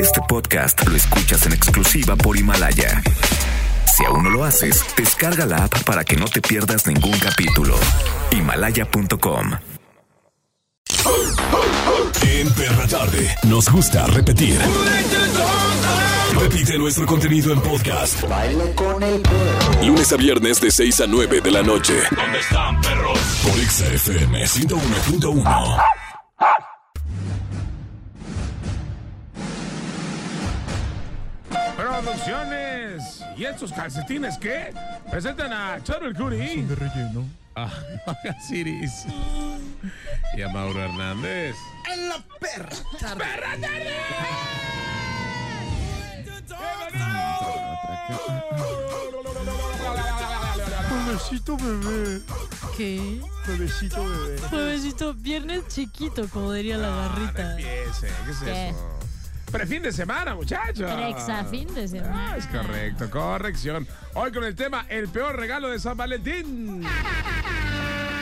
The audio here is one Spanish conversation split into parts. Este podcast lo escuchas en exclusiva por Himalaya. Si aún no lo haces, descarga la app para que no te pierdas ningún capítulo. Himalaya.com. En Perra Tarde nos gusta repetir. Repite nuestro contenido en podcast. Lunes a viernes de 6 a 9 de la noche. ¿Dónde están, perros? Por XFM 101.1. Producciones. ¿Y estos calcetines qué? Presentan a Charles Curry. de relleno. A Maga Ciris. Ah, Y a Mauro Hernández. en la perra. ¡Perra tarde! Bebecito bebé. ¿Qué? Bebecito bebé. Juevesito, viernes chiquito, como diría la Ah, No garrita. empiece, ¿Qué es ¿Qué? eso? Prefin de semana, muchachos. Trexa, fin de semana. Ah, es correcto, corrección. Hoy con el tema El peor regalo de San Valentín.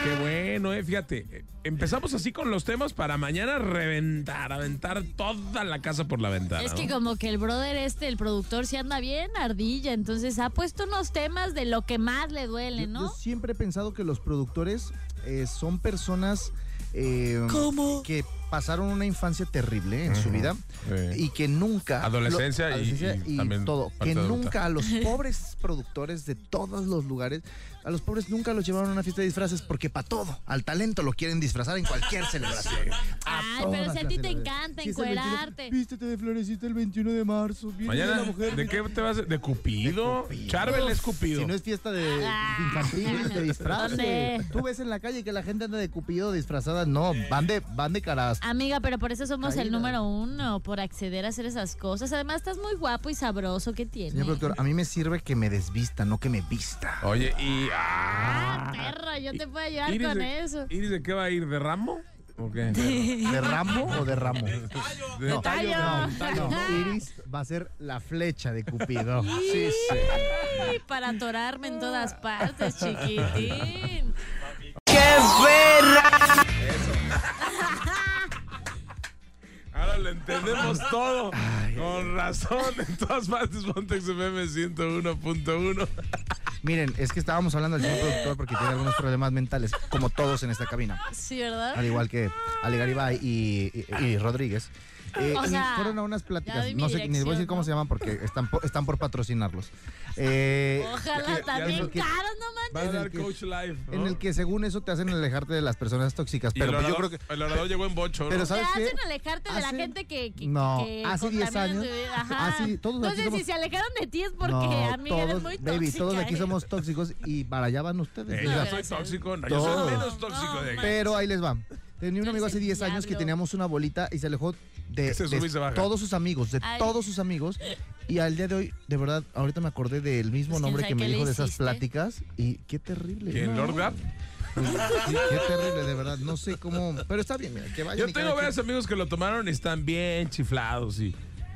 Qué bueno, eh, fíjate. eh, Empezamos así con los temas para mañana reventar, aventar toda la casa por la ventana. Es ¿no? que como que el brother este, el productor, se anda bien ardilla, entonces ha puesto unos temas de lo que más le duele, Yo, ¿no? siempre he pensado que los productores eh, son personas eh, ¿Cómo? que pasaron una infancia terrible en su vida Sí. y que nunca... Adolescencia y- y también todo. parte Que adulta. nunca a los pobres productores de todos los lugares, a los pobres nunca los llevaron a una fiesta de disfraces porque para todo, al talento lo quieren disfrazar en cualquier celebración. A Ay, pero si a todas ti te las celebraciones. encanta Sí, es el 21. encuerarte. Vístete de florecita el 21 de marzo. Viene Mañana, la mujer. ¿de qué te vas? ¿De Cupido? Cupido. Charbel es Cupido. Si no es fiesta de de infantil, de disfraz. ¿Dónde? Tú ves en la calle que la gente anda de cupido disfrazada. No, van de, van de caras. Amiga, pero por eso somos el Caída. número uno, por acceder a hacer esas cosas. Además, estás muy guapo y sabroso, ¿qué Señor tienes? productor, a mí me sirve que me desvista, no que me vista. Oye, y. Ah, ¡Ah! perro, yo te puedo ayudar Iris, con de- eso. ¿Iris de qué va a ir? ¿De ramo? ¿O qué? ¿De ramo o de ramo? De- No, tallo. no, no. Iris va a ser la flecha de cupido. Sí, sí. Ay, para atorarme en todas partes, chiquitín. Ahora lo entendemos todo. Con razón, en todas partes, Pontex FM 101.1. Miren, es que estábamos hablando del señor productor porque tiene algunos problemas mentales, como todos en esta cabina. Sí, ¿verdad? al igual que Ale Garibay y, y- y Rodríguez. Eh, O y sea, fueron a unas ya pláticas, doy mi no sé, ni les voy a decir dirección, cómo ¿no? se llaman porque están por, están por patrocinarlos. Eh, Ojalá ya también dijo que- caros, no manches. Va a En el dar que- Coach Live. ¿no? en el que según eso te hacen alejarte de las personas tóxicas, Y el pero pues, yo orador- creo que... El orador llegó en bocho. ¿no? Pero Te ¿sabes qué? hacen alejarte de la Hace- gente que, que No, que hace 10 contamina años, tu vida. Ajá. así, todos aquí Entonces, somos- si se alejaron de ti es porque, no, amiga, eres todos, muy tóxica. baby, todos aquí ¿eh? somos tóxicos y para allá van ustedes. Eh, o yo sea, soy gracias. tóxico. No, yo soy Todo. menos tóxico de No, Pero ahí les va. Tenía un Tú amigo eres hace el 10 años que diablo. teníamos una bolita y se alejó de, Que se de sube y se baja. todos sus amigos, de Ay. todos sus amigos. Y al día de hoy, de verdad, ahorita me acordé del mismo Pues, ¿quién nombre sabe que me qué le dijo de esas hiciste? pláticas. Y qué terrible. ¿Quién, No, Lord Gap? sí, Qué terrible, de verdad. No sé cómo. Pero está bien, mira, que vaya. Yo tengo varios amigos que lo tomaron y están bien chiflados y,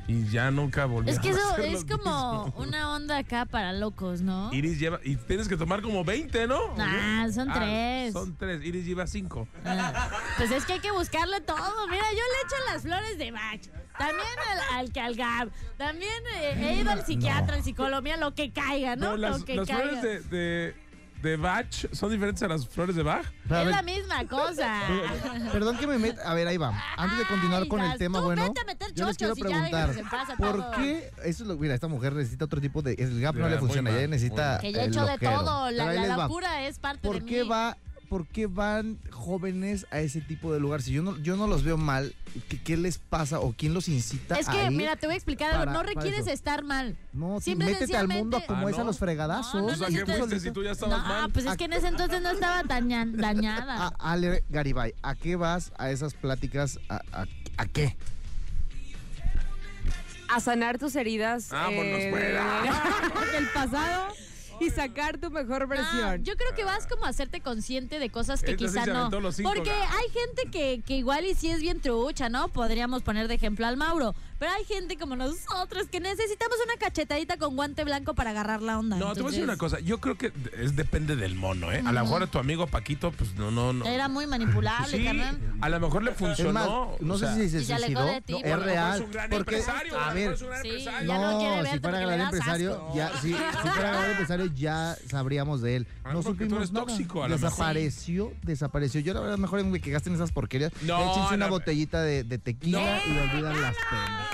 y ya nunca volvieron. Es que a eso hacer es lo como mismo. una onda acá para locos, ¿no? Iris lleva. Y tienes que tomar como 20, ¿no? Ah, son tres. Son tres. Iris lleva cinco. Ah, Pues es que hay que buscarle todo. Mira, yo le echo las flores de Bach. También al, al que al Gab. También eh, he ido al psiquiatra, al psicólogo, mira, lo que caiga, ¿no? No, las, lo que las caiga. flores de, de, de Bach son diferentes a las flores de Bach. Pero, a Es ver, la misma cosa. Perdón que me meta. A ver, ahí va. Antes de continuar Ay, con el Isas, tema, tú bueno. vete a meter Yo les quiero chochos y ya preguntar. déjanos en paz a ¿Por todos. qué? Eso es lo- mira, esta mujer necesita otro tipo de. El gap no Ya, le muy funciona. mal, Ella muy necesita. mal. Que yo he el hecho de loquero. todo. Pero La, ahí la les va. locura es parte de ¿Por mí. qué va, por qué van jóvenes a ese tipo de lugar? Si yo no, yo no los veo mal, ¿qué, qué les pasa o quién los incita Es que, a ir? mira, te voy a explicar algo. para- No para requieres eso. estar mal. no, sí, simple y métete al mundo sencillamente- como Ah, es a ¿no? los fregadazos. No, O sea, ¿qué necesitas- fuiste si tú ya No, estabas mal? pues es que en ese entonces no estaba daña- dañada. A- Ale Garibay, ¿a qué vas a esas pláticas? ¿A, a- a qué? a sanar tus heridas Vámonos, eh, fuera. de- del pasado y sacar tu mejor No, versión. Ah, yo creo que vas como a hacerte consciente de cosas que Esta sí quizá se no. aventó los cinco, Porque la- hay gente que, que igual y si es bien trucha, ¿no? Podríamos poner de ejemplo al Mauro. Pero hay gente como nosotros que necesitamos una cachetadita con guante blanco para agarrar la onda. No, te voy a decir Entonces, una cosa. Yo creo que es, depende del mono, ¿eh? A lo mejor a tu amigo Paquito, pues no, no, no. Era muy manipulable, Sí, carnal. a lo mejor le Es más, funcionó. no Pues o sé sea, si se y se alejó suicidó. de ti, No, porque a lo es a lo mejor real. Es un gran porque, empresario. a lo mejor ver, es un gran Sí, empresario. ya no quiere si verte fuera porque le gran das empresario, asco. ya, sí, si, fuera gran empresario, ya sabríamos de él. Ah, porque No tú supimos eres nada. tóxico, a lo mejor. desapareció, desapareció. Yo la verdad mejor me que gasten esas porquerías. No, Échense una no. botellita de, de tequila y olvidan las penas. Ah,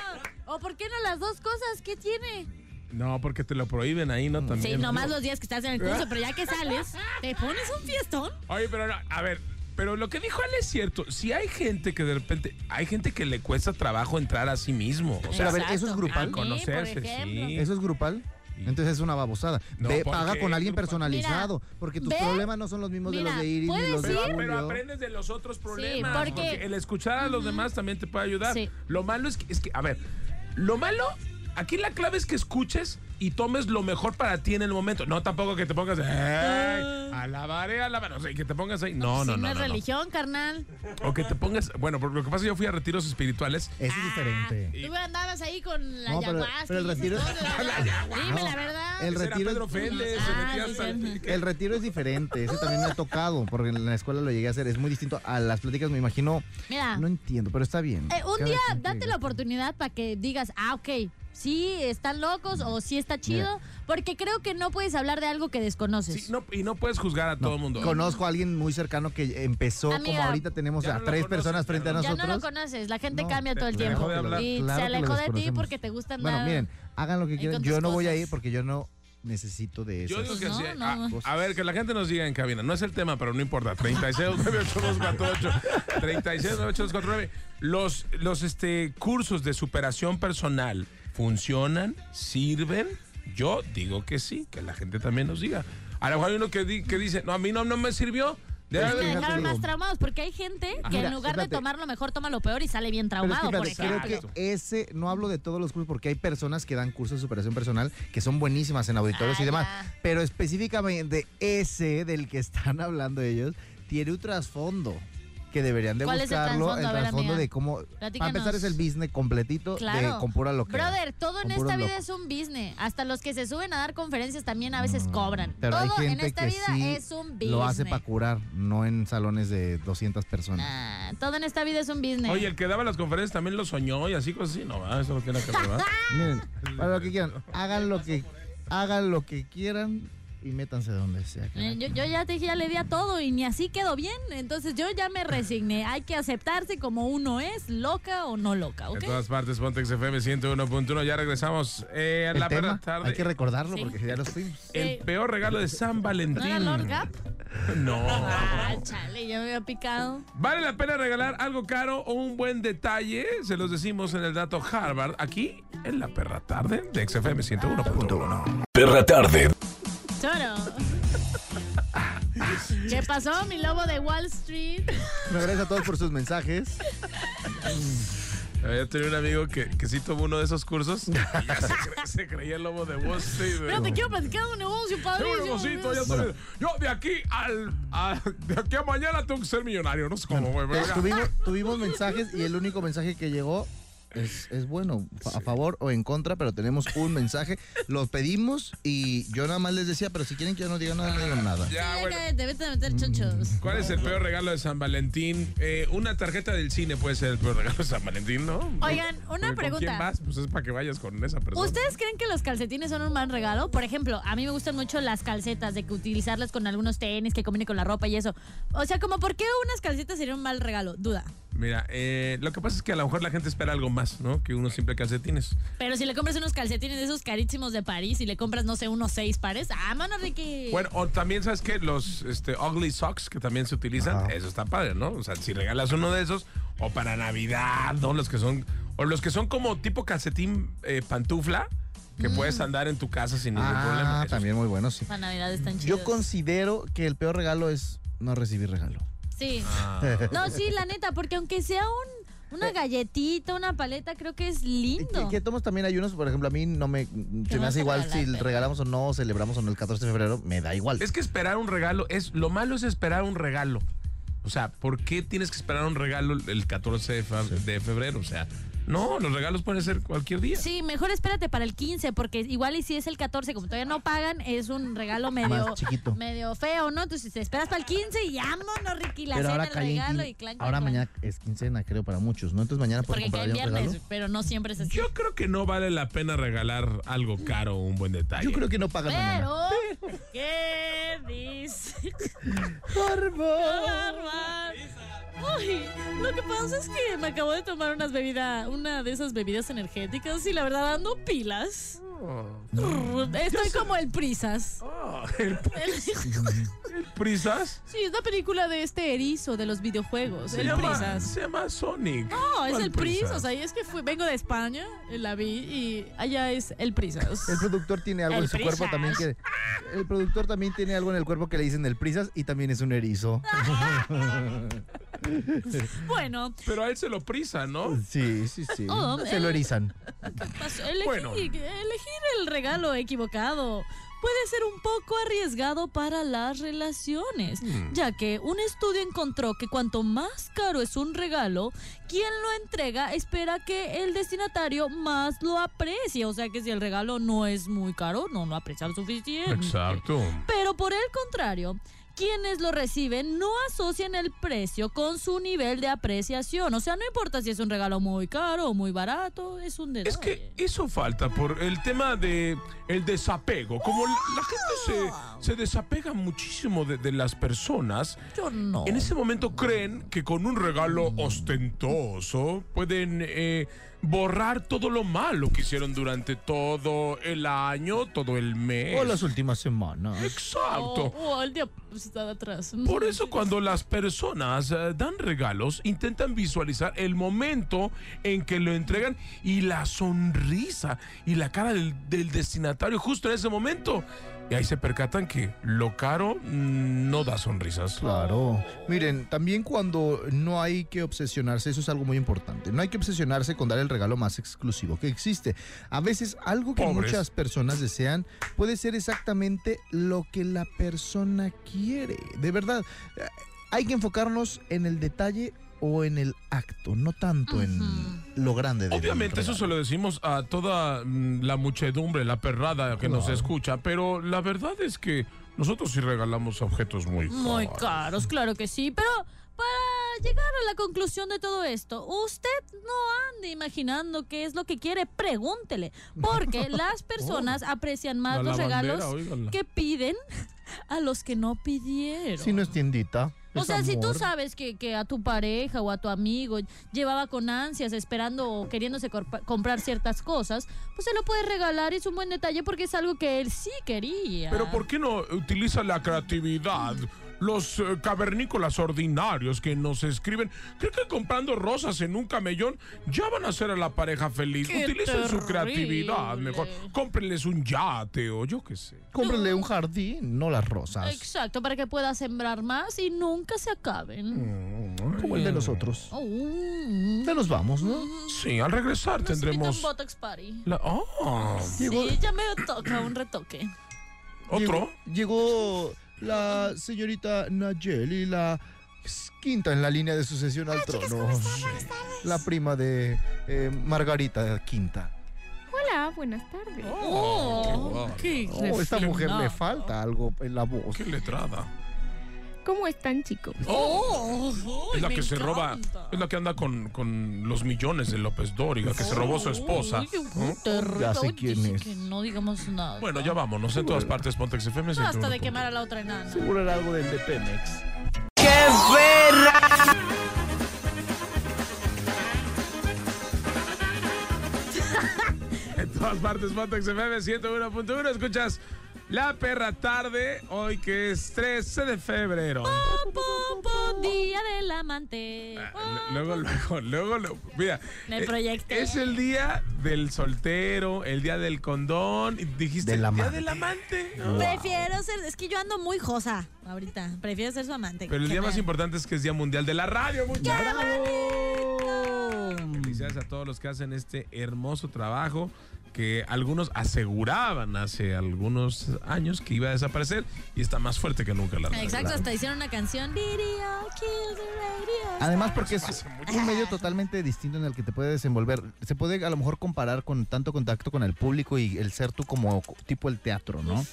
¿O por qué no las dos cosas? ¿Qué tiene? No, porque te lo prohíben ahí, ¿no? También. Sí, nomás los días que estás en el curso, pero ya que sales, te pones un fiestón. Oye, pero no, a ver, pero lo que dijo él es cierto. Si hay gente que de repente, hay gente que le cuesta trabajo entrar a sí mismo. O sea, Pero a ver, ¿eso es Exacto. grupal? A mí, por conocerse, ejemplo. sí. ¿Eso es grupal? Entonces es una babosada. No, Ve, ¿por paga qué con alguien grupal? personalizado, Mira, porque tus ve, problemas no son los mismos de mira, los de Iris ni puedes los de ir- Pero, pero Julio. aprendes de los otros problemas. porque- porque... el escuchar a los demás también te puede ayudar. Sí. Lo malo es que, es que, a ver, lo malo, aquí la clave es que escuches y tomes lo mejor para ti en el momento. No tampoco que te pongas, "Ay, alabaré, alabaré. O sea, y que te pongas ahí. No, no, Si no. es no, no. Ah. religión, carnal. O que te pongas, bueno, porque lo que pasa es que yo fui a retiros espirituales. Eso Ah. es diferente. Tú andabas ahí con la No, pero- ayahuasca. pero el y esas retiro- cosas, La ¿verdad? Dime la No, verdad. Eh, el Ese era retiro es- Pedro Fernández, Ah, se metía sí, hasta sí. el- El retiro es diferente, ese también me ha tocado, porque en la escuela lo llegué a hacer, es muy distinto a las pláticas, me imagino. Mira. No entiendo, pero está bien. Eh, un Cada día quien date que- la oportunidad para que digas, ah, ok, sí, están locos o sí está chido, porque creo que no puedes hablar de algo que desconoces. Sí, no, y no puedes juzgar a todo el mundo. Conozco a alguien muy cercano que empezó, como Amiga, ahorita tenemos ya a no lo tres conoces, personas ya frente a no lo- ya nosotros. no lo conoces, la gente No, cambia todo el te dejó tiempo. de hablar. Y Claro se que alejó lo de ti desconocemos. porque te gusta andar. Bueno, miren, hagan lo que Ahí quieran. con Yo tus no voy a cosas. ir porque yo no necesito de eso. Yo digo Pues que no, sí. no. A- A, ver, que la gente nos diga en cabina. No es el tema, pero no importa. 36982488. 36982488. Los, los este, cursos de superación personal funcionan, sirven. Yo digo que sí, que la gente también nos diga. A lo mejor hay uno que, di- que dice, no, a mí no, no me sirvió. De- Y me Fíjate, dejaron más digo. traumados porque hay gente que Mira, en lugar de fíjate. tomar lo mejor toma lo peor y sale bien Pero es traumado, que, por fíjate, ejemplo. creo que ese, no hablo de todos los cursos, porque hay personas que dan cursos de superación personal que son buenísimas en auditorios Ah, y demás. ya. Pero específicamente ese del que están hablando ellos, tiene un trasfondo que deberían de ¿Cuál es el buscarlo. trasfondo? A ver, amiga. de cómo. Para Platícanos. empezar, es el business completito de Claro. con pura locura. Brother, todo en Con puros esta vida locos. es un business. Hasta los que se suben a dar conferencias también a veces cobran. Mm, Pero hay todo en gente esta que vida sí es un business. Lo hace para curar, no en salones de 200 personas. Ah, todo en esta vida es un business. Oye, el que daba las conferencias también lo soñó y así cosas así. No, ah, eso no tiene que ver, ¿verdad? Miren, para lo que quieran, hagan lo que, hagan lo que quieran y métanse donde sea. Eh, Yo, yo ya te dije, ya le di a todo y ni así quedó bien. Entonces yo ya me resigné. Hay que aceptarse como uno es, loca o no loca, ¿ok? En todas partes, Pontex FM 101.1. Ya regresamos. Eh, a El la tema, perra tarde. Hay que recordarlo Sí. porque ya los fuimos. El Sí. peor regalo de San ¿No Valentín. era Lord Gap? No. Ah, chale, ya me había picado. ¿Vale la pena regalar algo caro o un buen detalle? Se los decimos en el dato Harvard, aquí en la perra tarde de XFM 101.1. Perra tarde. Choro. ¿Qué pasó, mi lobo de Wall Street? Me agradezco a todos por sus mensajes. Yo tenía un amigo que, que sí tomó uno de esos cursos y ya se, cre- se creía el lobo de Wall Street. güey. Pero te quiero platicar de un negocio, Sí, padrísimo. bueno, Rosito, ya sabes. Yo de aquí al, a- de aquí a mañana tengo que ser millonario, no sé cómo, güey. pero Eh, ya. tuvimos, tuvimos mensajes y el único mensaje que llegó es, es bueno, fa- a favor o en contra, pero tenemos un mensaje. Los pedimos y yo nada más les decía, pero si quieren que yo no diga nada, no digan nada. Ya, Ya Ah, bueno. Mm, cállate, vete a meter chochos. ¿Cuál es el peor regalo de San Valentín? Eh, una tarjeta del cine puede ser el peor regalo de San Valentín, ¿no? Oigan, una ¿Con pregunta. quién vas? Pues es para que vayas con esa persona. ¿Ustedes creen que los calcetines son un mal regalo? Por ejemplo, a mí me gustan mucho las calcetas, de que utilizarlas con algunos tenis, que combine con la ropa y eso. O sea, como por qué unas calcetas serían un mal regalo, duda. Mira, eh, lo que pasa es que a lo mejor la gente espera algo más, ¿no? Que unos simple calcetines. Pero si le compras unos calcetines de esos carísimos de París y le compras, no sé, unos seis pares, ah, mano Ricky. Bueno, o también, ¿sabes qué? Los este, ugly socks que también se utilizan, eso está padre, ¿no? O sea, si regalas uno de esos, o para Navidad, ¿no? Los que son, o los que son como tipo calcetín eh, pantufla, Mm. que puedes andar en tu casa sin ningún problema. Ah, Eso también muy bueno, sí. Para Navidad están chidos. Yo considero que el peor regalo es no recibir regalo. Sí. Ah. No, sí, la neta, porque aunque sea un, una galletita, una paleta, creo que es Eh. Y lindo. Que, que todos también hay unos, por ejemplo, a mí no me. Se me vas hace a igual si regalar, pero- regalamos o no, celebramos o no el 14 de febrero, me da igual. Es que esperar un regalo es. Lo malo es esperar un regalo. O sea, ¿por qué tienes que esperar un regalo el 14 de, fa- de febrero? O sea, No, los regalos pueden ser cualquier día. Sí, mejor espérate para el 15, porque igual y si es el 14, como todavía no pagan, es un regalo medio, Más chiquito. medio feo, ¿no? Entonces te esperas para el 15 y vámonos, Ricky, la cena, Pero ahora el caliente- regalo y clan, clan, Ahora clan. mañana es quincena, creo, para muchos, ¿no? Entonces mañana puedes Porque cae comprar ya un viernes, regalo. pero no siempre es así. Yo creo que no vale la pena regalar algo caro o un buen detalle. Yo creo que no pagan mañana. Pero, ¿qué dice? Barba. Ay, lo que pasa es que me acabo de tomar unas bebidas, una de esas bebidas energéticas y la verdad ando pilas. Oh. Estoy como el prisas. Ah, el, El- el Prisas. sí, es la película de este erizo de los videojuegos. Se el llama, prisas. se llama Sonic. No, es ¿Cuál el prisas. O sea, y es que fui- vengo de España, eh, la vi y allá es el prisas. El productor tiene algo El en su cuerpo prisas. también que. El productor también tiene algo en el cuerpo que le dicen el prisas y también es un erizo. Ah. Bueno, Pero a él se lo prisa, ¿no? Sí, sí, sí. Oh, Se lo erizan. Pas- elegí- Bueno. Elegir el regalo equivocado puede ser un poco arriesgado para las relaciones, Hmm. ya que un estudio encontró que cuanto más caro es un regalo, quien lo entrega espera que el destinatario más lo aprecie. O sea que si el regalo no es muy caro, no lo aprecia lo suficiente. Pero por el contrario, quienes lo reciben no asocian el precio con su nivel de apreciación. O sea, no importa si es un regalo muy caro o muy barato, es un detalle. Es que eso falta por el tema de el desapego. Como la, la gente se, se desapega muchísimo de, de las personas, Yo no. en ese momento creen que con un regalo ostentoso pueden eh, borrar todo lo malo que hicieron durante todo el año, todo el mes. O las últimas semanas. Exacto. O, o el día pues, está de atrás. Por eso cuando las personas eh, dan regalos, intentan visualizar el momento en que lo entregan y la sonrisa y la cara del, del destinatario justo en ese momento. Y ahí se percatan que lo caro mm, no da sonrisas. Claro. Miren, también cuando no hay que obsesionarse, eso es algo muy importante. No hay que obsesionarse con dar el regalo más exclusivo que existe. A veces algo que Pobres. muchas personas desean puede ser exactamente lo que la persona quiere. De verdad, eh, hay que enfocarnos en el detalle o en el acto, no tanto en lo grande. del Obviamente eso regalo. se lo decimos a toda mm, la muchedumbre, la perrada que nos Claro. escucha, pero la verdad es que nosotros sí regalamos objetos muy caros. Muy caros, claro que sí. Pero para llegar a la conclusión de todo esto, usted no ande imaginando qué es lo que quiere, pregúntele. Porque las personas aprecian más Oh. La los lavandera, regalos óigala. que piden a los que no pidieron. Si no es tiendita. O es sea, si tú amor. sabes que, que a tu pareja o a tu amigo llevaba con ansias esperando o queriéndose corpa- comprar ciertas cosas, pues se lo puedes regalar, es un buen detalle porque es algo que él sí quería. Pero ¿por qué no utiliza la creatividad? Los eh, cavernícolas ordinarios que nos escriben, creo que comprando rosas en un camellón ya van a hacer a la pareja feliz. ¡Qué Utilicen su terrible! creatividad mejor. Cómprenles un yate o yo qué sé. Cómprale un jardín, no las rosas. Exacto, para que pueda sembrar más y nunca se Mm. acaben. Como el de nosotros. Oh, mm, Ya nos vamos, ¿no? Sí, al regresar nos invita a un tendremos... Botox Party. La... ¡Ah! Sí, ya me toca un retoque. ¿Otro? Llegó, llegó la señorita Nayeli, la quinta en la línea de sucesión al trono. La prima de eh, Margarita Quinta. Hola, buenas tardes. Oh, qué Oh, esta mujer refinada. le falta algo en la voz. ¡Qué letrada! ¿Cómo están, chicos? Oh, oh, es la me que se roba, encanta. es la que anda con, con los millones de López Dóriga, que se robó a su esposa. Uy, uy, ¿no? terror. Ya sé Oye, quién sí es. que no digamos nada. Bueno, ya vámonos. En todas partes, Pontex FM. Basta de 101.1. quemar a la otra enana. Seguro era algo del de Pemex. En todas partes, Pontex FM 101.1. Escuchas La Perra Tarde, hoy que es 13 de febrero. Po, po, día del amante. Ah, l- Luego, luego, luego, lo- mira. Me eh, proyecté. Es el día del soltero, el día del condón. y Dijiste, Del el día amante. del amante. Prefiero ser. Es que yo ando muy josa ahorita. Prefiero ser su amante. Pero el Que día me- más importante es que es Día Mundial de la Radio. Muchas gracias. Felicidades a todos los que hacen este hermoso trabajo que algunos aseguraban hace algunos años que iba a desaparecer y está más fuerte que nunca la Exacto, hasta hicieron una canción. Video kill the radio. Además, porque es un medio totalmente distinto en el que te puede desenvolver. Se puede a lo mejor comparar con tanto contacto con el público y el ser tú como co- tipo el teatro, ¿no?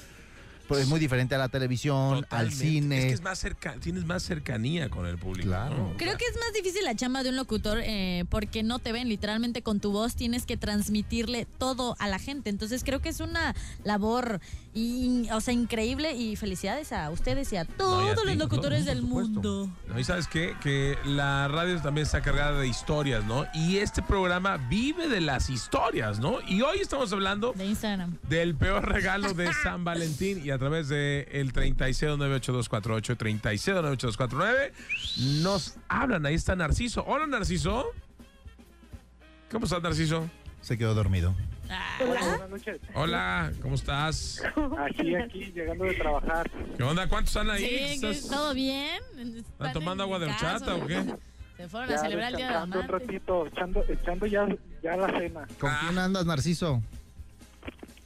Pero es muy diferente a la televisión, al Totalmente. cine. Es que es más cerca, tienes más cercanía con el público. Claro. ¿no? Creo que es más difícil la chamba de un locutor eh, porque no te ven literalmente con tu voz, tienes que transmitirle todo a la gente. Entonces creo que es una labor, in- o sea, increíble y felicidades a ustedes y a todos ti, los por locutores todo, del por supuesto. mundo. No, y sabes qué? Que la radio también está cargada de historias, ¿no? Y este programa vive de las historias, ¿no? Y hoy estamos hablando De Instagram. del peor regalo de San Valentín y a través de el 36982489, 36982489 nos hablan. Ahí está Narciso. Hola, Narciso. ¿Cómo estás, Narciso? Se quedó dormido. Ah, Buenas noches. Hola, ¿cómo estás? Aquí, aquí, llegando de trabajar. ¿Qué onda? ¿Cuántos están ahí? Sí, ¿Estás- ¿qué- ¿todo bien? ¿Están tomando en agua de casa? horchata o qué? Se fueron a Ya celebrar el Día de la descansando un Madre. ratito, echando, echando ya, ya la cena. ¿Con Ah. quién andas, Narciso?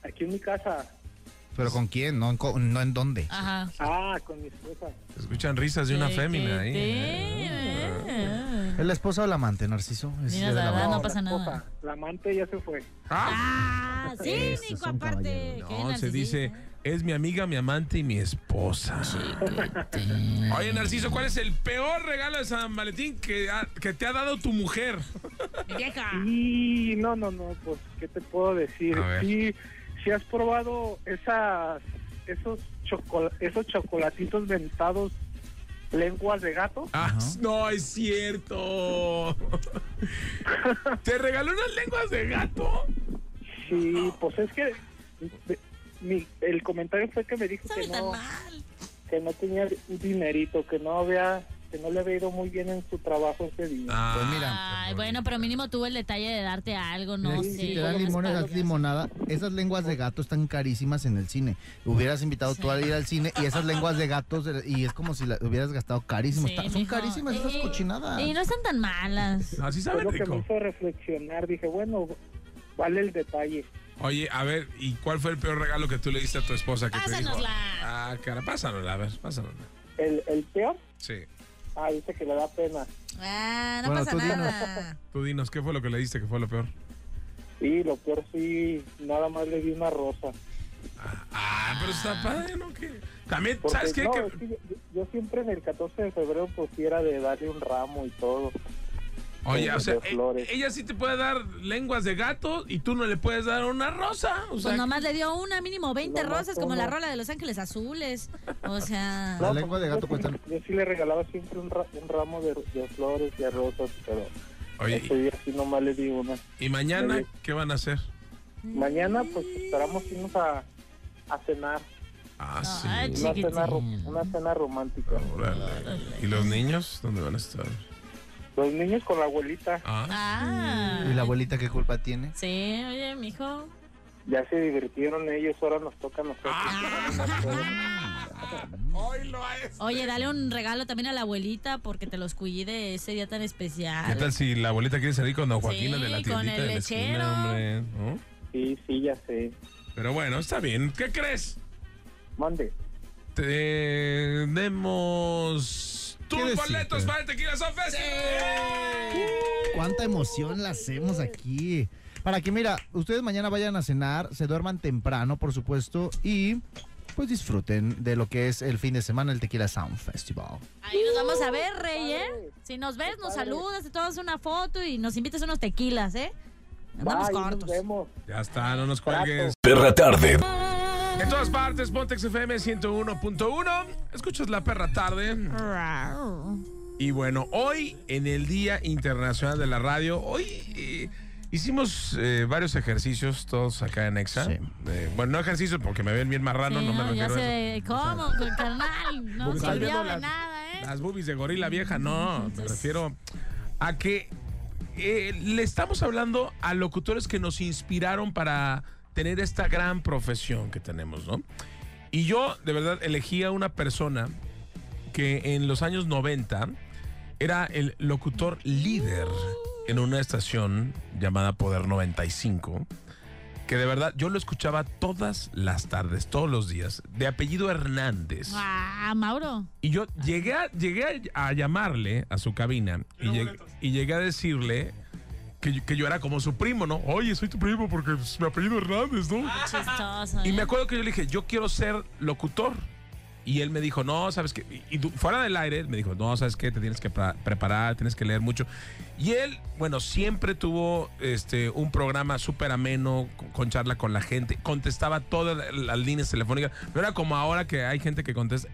Aquí en mi casa. ¿Pero con quién? No en, co- no en dónde. Ajá. Ah, con mi esposa. Se escuchan risas de una Sí, fémina sí, ahí. sí, eh. ¿Es la esposa o la amante, Narciso? Es Mira, de la la verdad, boda. Ah, no pasa la nada. esposa, La amante ya se fue. Ah. Ah, Esos cínico son aparte. caballeros. Qué No, se narcisista. ¿eh? dice, es mi amiga, mi amante y mi esposa. Oye, Narciso, ¿cuál es el peor regalo de San Valentín que, ha- que te ha dado tu mujer? Mi vieja. Y no, no, no, pues, ¿qué te puedo decir? A ver. Sí, si has probado esas, esos, chocol- esos chocolatitos ventados, lenguas de gato. Ah, no, es cierto. ¿Te regaló unas lenguas de gato? Sí, pues es que mi- el comentario fue que me dijo Sabe que tan no, mal. que no tenía dinerito, que no había, que no le había ido muy bien en su trabajo ese día. Pues Ah, mira, Ay, bueno, pero mínimo tuvo el detalle de darte algo, no mira, sé. si te dan limones, haz limonada. Esas lenguas de gato están carísimas en el cine. Hubieras invitado tú a ir al cine y esas lenguas de gatos, y es como si las hubieras gastado carísimo. Sí, Está- son mijo. carísimas esas Eh, cochinadas. Y no están tan malas. así Fue sabe lo que me rico. hizo reflexionar. Dije, bueno, vale el detalle. Oye, a ver, ¿y cuál fue el peor regalo que tú le diste a tu esposa? Que Te dijo? Pásanosla. Ah, cara, pásanosla, a ver, pásanosla. El, el peor, Sí. ah, dice que le da pena. Ah, no Bueno, pasa tú dinos. nada. Tú dinos, ¿qué fue lo que le diste que fue lo peor? Y lo peor sí, nada más le di una rosa. Ah, pero está padre, ¿no? Que... También, Porque ¿sabes qué? no, Que- es que yo, yo siempre en el 14 de febrero pues sí era de darle un ramo y todo. Oye, de- o sea, de e- flores. ella sí te puede dar lenguas de gato y tú no le puedes dar una rosa. O sea, Pues nomás le dio una, mínimo 20 Nomás rosas, como la una. rola de Los Ángeles Azules. O sea, La lengua de yo gato pues, sí- cuesta- Yo sí le regalaba siempre un, ra- un ramo de, de flores, de rosas, pero oye, ese día sí nomás le di una. y, y mañana Oye. qué van a hacer? Mañana pues esperamos irnos a, a cenar, Ah, sí. Ay, una Chiquitín. cena, ro- una cena romántica. Órale. ¿Y los niños dónde van a estar? Los niños con la abuelita Ah, Ah. ¿Y la abuelita qué culpa tiene? Sí, oye, mijo. ya se divirtieron ellos, ahora nos toca a nosotros. Ah. hoy lo es. Oye, dale un regalo también a la abuelita porque te los cuide ese día tan especial. ¿Qué tal si la abuelita quiere salir con Don Joaquín, Sí, el de la con tiendita el de la esquina, lechero. hombre, ¿no? Sí, sí, ya sé. Pero bueno, está bien. ¿Qué crees? Mande. Tenemos tus decirte? boletos para el Tequila Sofes. ¿Cuánta emoción la hacemos aquí? Para que, mira, ustedes mañana vayan a cenar, se duerman temprano, por supuesto, y pues disfruten de lo que es el fin de semana, el Tequila Sound Festival. Ahí nos vamos a ver, Rey, ¿eh? Si nos ves, nos saludas, te tomas una foto y nos invitas unos tequilas, ¿eh? Andamos Bye, nos cortos. vemos. Ya está, no nos cuelgues. Perra tarde. En todas partes, Pontex FM 101.1. Escuchas la perra tarde. Y bueno, hoy en el Día Internacional de la Radio, hoy eh, hicimos eh, varios ejercicios, todos acá en EXA. Sí. Eh, bueno, no ejercicios porque me ven bien marrano, Sí, no me no, ya refiero a eso. sé cómo, con carnal. No Buscando sirvió de las- nada, ¿eh? Las boobies de gorila vieja, no, me refiero a que eh, le estamos hablando a locutores que nos inspiraron para tener esta gran profesión que tenemos, ¿no? Y yo, de verdad, elegí a una persona que en los años 90 era el locutor líder en una estación llamada Poder 95, que de verdad yo lo escuchaba todas las tardes, todos los días, de apellido Hernández. Ah, Mauro. Y yo llegué a, llegué a a llamarle a su cabina y, lleg- y llegué a decirle que, yo- que yo era como su primo, ¿no? Oye, soy tu primo porque pues, mi apellido Hernández, ¿no? Chistoso. Y ¿eh? me acuerdo que yo le dije, yo quiero ser locutor. Y él me dijo, no, ¿sabes qué? Y, y du- fuera del aire, me dijo, no, ¿sabes qué? Te tienes que pra- preparar, tienes que leer mucho. Y él, bueno, siempre tuvo este, un programa súper ameno, con, con charla con la gente, contestaba todas la- las líneas telefónicas. No era como ahora que hay gente que contesta.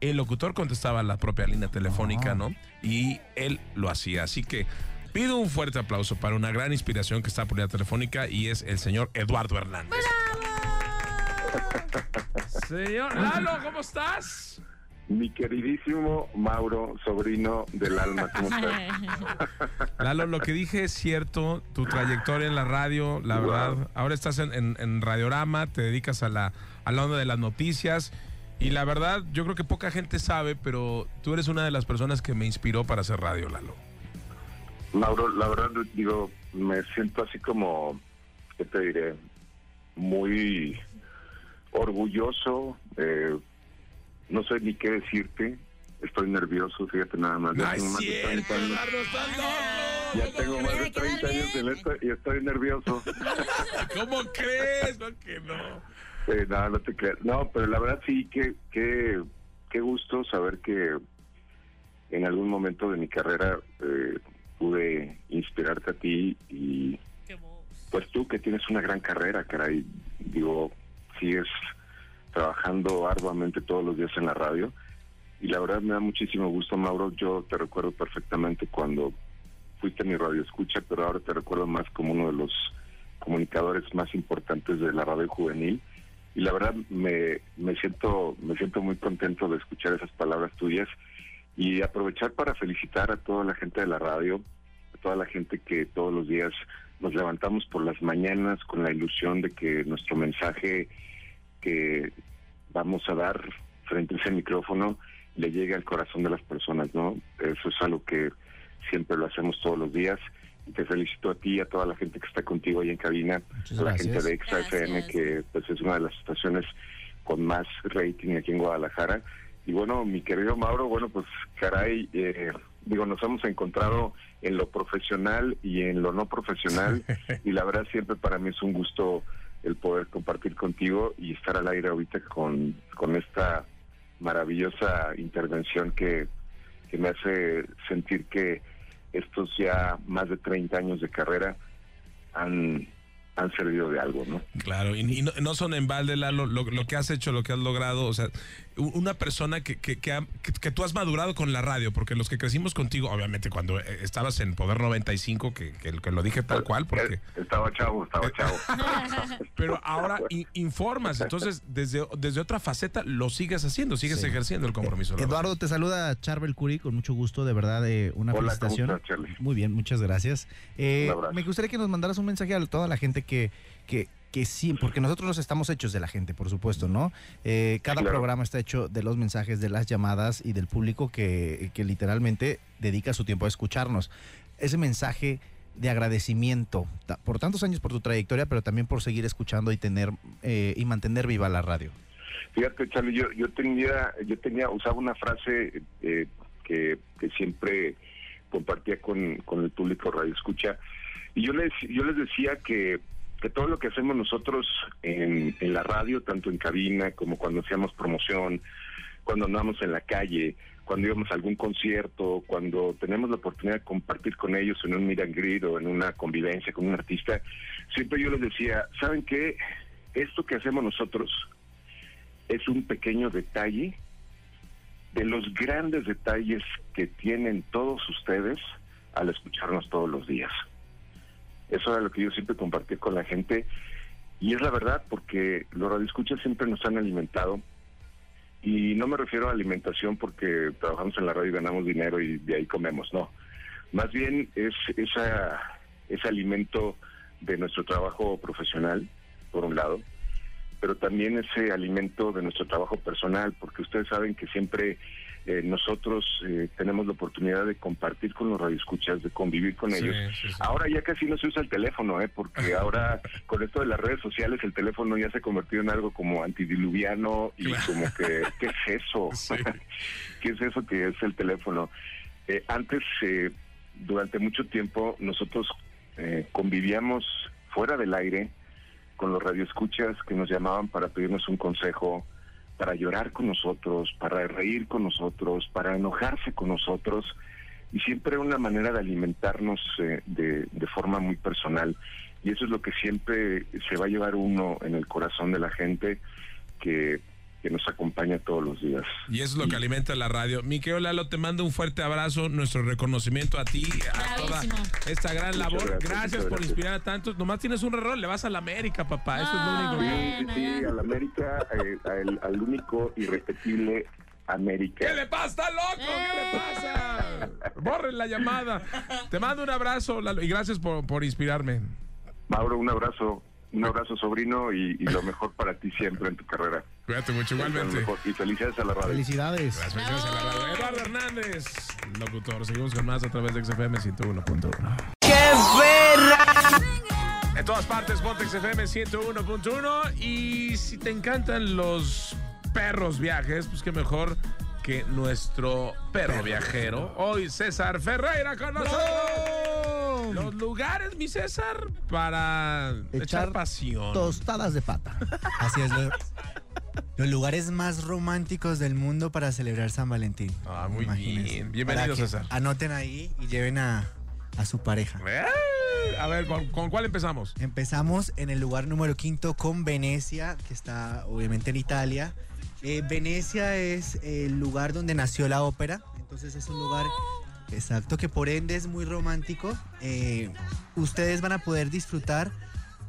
El locutor contestaba la propia línea telefónica, ¿no? Y él lo hacía. Así que pido un fuerte aplauso para una gran inspiración que está por la telefónica y es el señor Eduardo Hernández. Señor Lalo, ¿cómo estás? Mi queridísimo Mauro, sobrino del alma, ¿cómo estás? Lalo, lo que dije es cierto, tu trayectoria en la radio, la Wow. verdad. Ahora estás en, en- en Radiorama, te dedicas a la, a la onda de las noticias. Y la verdad, yo creo que poca gente sabe, pero tú eres una de las personas que me inspiró para hacer radio, Lalo. Mauro, la verdad, digo, me siento así como, ¿qué te diré? Muy orgulloso, eh, no sé ni qué decirte, estoy nervioso, fíjate nada más. Ya tengo más de 30 años- Eduardo, estás loco. ya tengo más de 30 años en esto y estoy nervioso. ¿Cómo crees? No, que no. Eh, no, no te creas. No, pero la verdad sí, que, que, qué gusto saber que en algún momento de mi carrera eh, pude inspirarte a ti y pues tú que tienes una gran carrera, caray. Digo, sigues trabajando arduamente todos los días en la radio y la verdad me da muchísimo gusto, Mauro. Yo te recuerdo perfectamente cuando fuiste mi radio escucha, pero ahora te recuerdo más como uno de los comunicadores más importantes de la radio juvenil y la verdad me, me siento me siento muy contento de escuchar esas palabras tuyas y aprovechar para felicitar a toda la gente de la radio, a toda la gente que todos los días nos levantamos por las mañanas con la ilusión de que nuestro mensaje que vamos a dar frente a ese micrófono le llegue al corazón de las personas, ¿no? Eso es algo que siempre lo hacemos todos los días. Y te felicito a ti y a toda la gente que está contigo ahí en cabina, Muchas a la gracias. gente de Exa FM, Gracias. que pues es una de las estaciones con más rating aquí en Guadalajara. Y bueno, mi querido Mauro, bueno, pues caray, eh, digo, nos hemos encontrado en lo profesional y en lo no profesional. y la verdad, siempre para mí es un gusto el poder compartir contigo y estar al aire ahorita con, con esta maravillosa intervención que, que me hace sentir que estos ya más de 30 años de carrera han, han servido de algo, ¿no? Claro, y, y no, no son en balde, Lalo, lo, lo que has hecho, lo que has logrado, o sea, u- una persona que, que, que ha- que- que tú has madurado con la radio, porque los que crecimos contigo, obviamente cuando eh, estabas en Poder 95, que, que, que lo dije tal cual, porque... Eh, Estaba chavo, estaba chavo. Pero ahora i- informas, entonces desde, desde otra faceta lo sigues haciendo, sigues Sí. ejerciendo el compromiso. Lalo. Eduardo, te saluda Charbel Curi, con mucho gusto, de verdad, de una Hola, ¿cómo felicitación. estás, Charlie? Muy bien, muchas gracias. Eh, Un abrazo. me gustaría que nos mandaras un mensaje a toda la gente que, que, que sí, porque nosotros nos estamos hechos de la gente, por supuesto, ¿no? Eh, cada Claro. programa está hecho de los mensajes, de las llamadas y del público que, que literalmente dedica su tiempo a escucharnos. Ese mensaje de agradecimiento ta- por tantos años por tu trayectoria, pero también por seguir escuchando y tener eh, y mantener viva la radio. Fíjate, Charlie, yo, yo tenía, yo tenía, usaba una frase eh, que, que siempre compartía con, con el público Radio Escucha, y yo les, yo les decía que, que todo lo que hacemos nosotros en, en la radio, tanto en cabina como cuando hacíamos promoción, cuando andamos en la calle, cuando íbamos a algún concierto, cuando tenemos la oportunidad de compartir con ellos en un meet and greet o en una convivencia con un artista, siempre yo les decía, ¿saben qué? Esto que hacemos nosotros es un pequeño detalle de los grandes detalles que tienen todos ustedes al escucharnos todos los días. Eso era lo que yo siempre compartí con la gente y es la verdad porque los radioescuchas siempre nos han alimentado y no me refiero a alimentación porque trabajamos en la radio y ganamos dinero y de ahí comemos, no. Más bien es esa, ese alimento de nuestro trabajo profesional, por un lado, pero también ese alimento de nuestro trabajo personal, porque ustedes saben que siempre eh, nosotros eh, tenemos la oportunidad de compartir con los radioescuchas, de convivir con Sí, ellos. sí, sí. Ahora ya casi no se usa el teléfono, ¿eh? porque ahora con esto de las redes sociales el teléfono ya se ha convertido en algo como antidiluviano y Claro. como que, ¿qué es eso? Sí. ¿Qué es eso que es el teléfono? Eh, antes, eh, durante mucho tiempo, nosotros eh, convivíamos fuera del aire con los radioescuchas que nos llamaban para pedirnos un consejo, para llorar con nosotros, para reír con nosotros, para enojarse con nosotros, y siempre una manera de alimentarnos eh, de, de forma muy personal. Y eso es lo que siempre se va a llevar uno en el corazón de la gente que, que nos acompaña todos los días. Y eso es lo que alimenta la radio. Mi querido Lalo, te mando un fuerte abrazo, nuestro reconocimiento a ti, a toda Bravísimo. esta gran Muchas labor. gracias, Gracias, muchas por gracias. inspirar a tantos. Nomás tienes un error, le vas a la América, papá. Eso Ah, es lo único. que- Sí, sí, bueno. sí, ya. al América, eh, al, al único irrepetible América. ¿Qué le pasa, loco? Eh. ¿Qué le pasa? Borren la llamada. Te mando un abrazo, Lalo, y gracias por, por inspirarme. Mauro, un abrazo, un abrazo sobrino y, y lo mejor para ti siempre en tu carrera. Cuídate mucho, Lo igualmente. mejor. Y felicidades a la radio. Felicidades. Las felicidades a la radio. Eduardo Hernández, locutor. Seguimos con más a través de XFM 101.1. En todas partes, Pontex FM 101.1. Y si te encantan los perros viajes, pues qué mejor que nuestro perro, viajero. Hoy César Ferreira con nosotros. Los lugares, mi César, para echar, pasión. Tostadas de pata. Así es. lo- los lugares más románticos del mundo para celebrar San Valentín. Ah, muy Imagínense. bien. Bienvenido, Para que César. Anoten ahí y lleven a, a su pareja. Eh, A ver, ¿con, con cuál empezamos? Empezamos en el lugar número quinto con Venecia, que está obviamente en Italia. Eh, Venecia es el lugar donde nació la ópera, entonces es un lugar exacto que por ende es muy romántico. Eh, ustedes van a poder disfrutar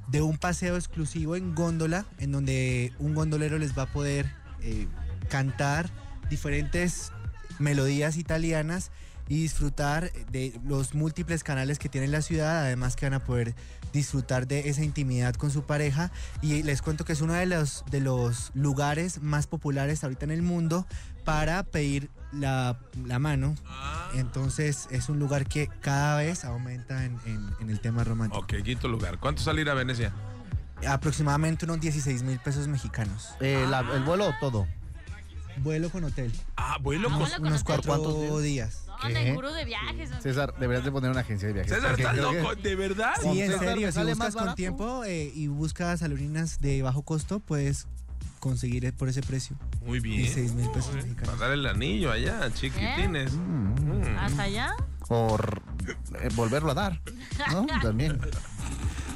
de un paseo exclusivo en góndola, en donde un gondolero les va a poder eh, cantar diferentes melodías italianas y disfrutar de los múltiples canales que tiene la ciudad, además que van a poder disfrutar de esa intimidad con su pareja y les cuento que es uno de los, de los lugares más populares ahorita en el mundo para pedir la, la mano. Ah. Entonces es un lugar que cada vez aumenta en, en- en el tema romántico. Ok, quinto lugar. ¿Cuánto salir a Venecia? Aproximadamente unos 16 mil pesos mexicanos. Eh, la- el vuelo o todo. Vuelo con hotel. Ah, vuelo Ah, con- vuelo con Unos hotel. cuatro ¿Cuántos días. No, ¿Qué? de gurú de viajes. César, deberías de poner una agencia de viajes. César, porque ¿estás creo que- loco? ¿De verdad? Con Sí, en César me serio, si sale más buscas con barato. tiempo eh, y buscas alurinas de bajo costo, puedes conseguir eh, por ese precio. Muy bien. 16 mil pesos mexicanos. Pasar el anillo allá, chiquitines. Mm. ¿Hasta allá? O r- eh, volverlo a dar. ¿No? También.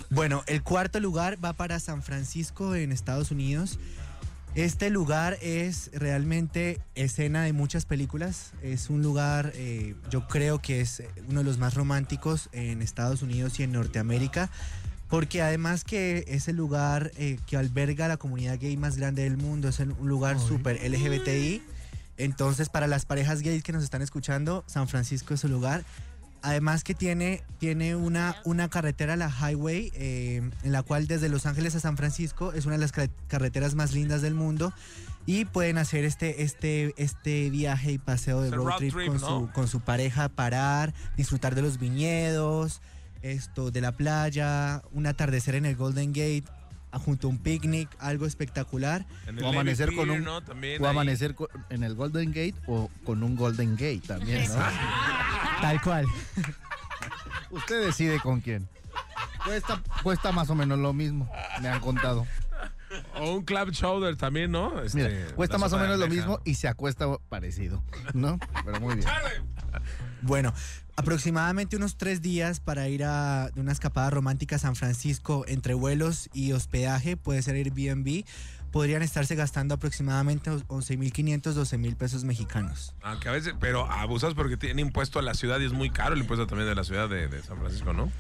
Bueno, el cuarto lugar va para San Francisco en Estados Unidos. Este lugar es realmente escena de muchas películas. Es un lugar, eh, yo creo que es uno de los más románticos en Estados Unidos y en Norteamérica. Porque además que es el lugar eh, que alberga la comunidad gay más grande del mundo, es el- un lugar súper LGBTI. Entonces, para las parejas gays que nos están escuchando, San Francisco es su lugar. Además que tiene, tiene una, una carretera, la Highway, eh, en la cual desde Los Ángeles a San Francisco es una de las ca- carreteras más lindas del mundo. Y pueden hacer este, este, este viaje y paseo de Es el road road trip, trip, con, ¿no? su, con su pareja, parar, disfrutar de los viñedos, esto de la playa, un atardecer en el Golden Gate, a- junto a un picnic, algo espectacular. En el O amanecer Navy con Pier, un- ¿no? También O ahí. amanecer co- en el Golden Gate o con un Golden Gate también, ¿no? Tal cual. Usted decide con quién. Cuesta, cuesta más o menos lo mismo, me han contado. O un club shoulder también, ¿no? Este, Mira, cuesta la más o sopa de menos lo almeja. mismo y se acuesta parecido, ¿no? Pero muy bien. Bueno, aproximadamente unos tres días para ir a una escapada romántica a San Francisco entre vuelos y hospedaje, puede ser Airbnb, podrían estarse gastando aproximadamente 11.500, 12.000 pesos mexicanos. Aunque a veces, pero abusas porque tiene impuesto a la ciudad y es muy caro el impuesto también de la ciudad de, de San Francisco, ¿no?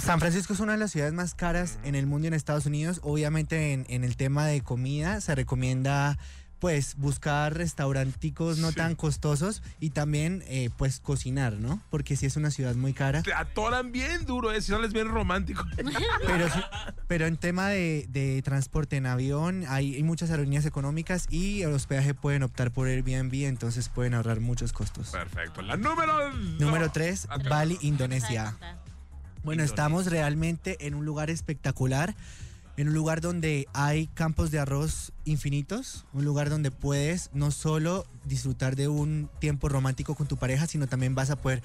San Francisco es una de las ciudades más caras en el mundo y en Estados Unidos. Obviamente en, en el tema de comida se recomienda pues buscar restauranticos no tan costosos y también eh, pues cocinar, ¿no? Porque si es una ciudad muy cara. Te atoran bien duro, eh, si sales bien romántico. Pero, sí- pero en tema de, de transporte en avión, hay, hay muchas aerolíneas económicas y el hospedaje pueden optar por Airbnb, entonces pueden ahorrar muchos costos. Perfecto. La número. Número 3, Bali, Indonesia. Bueno, estamos realmente en un lugar espectacular, en un lugar donde hay campos de arroz infinitos, un lugar donde puedes no solo disfrutar de un tiempo romántico con tu pareja, sino también vas a poder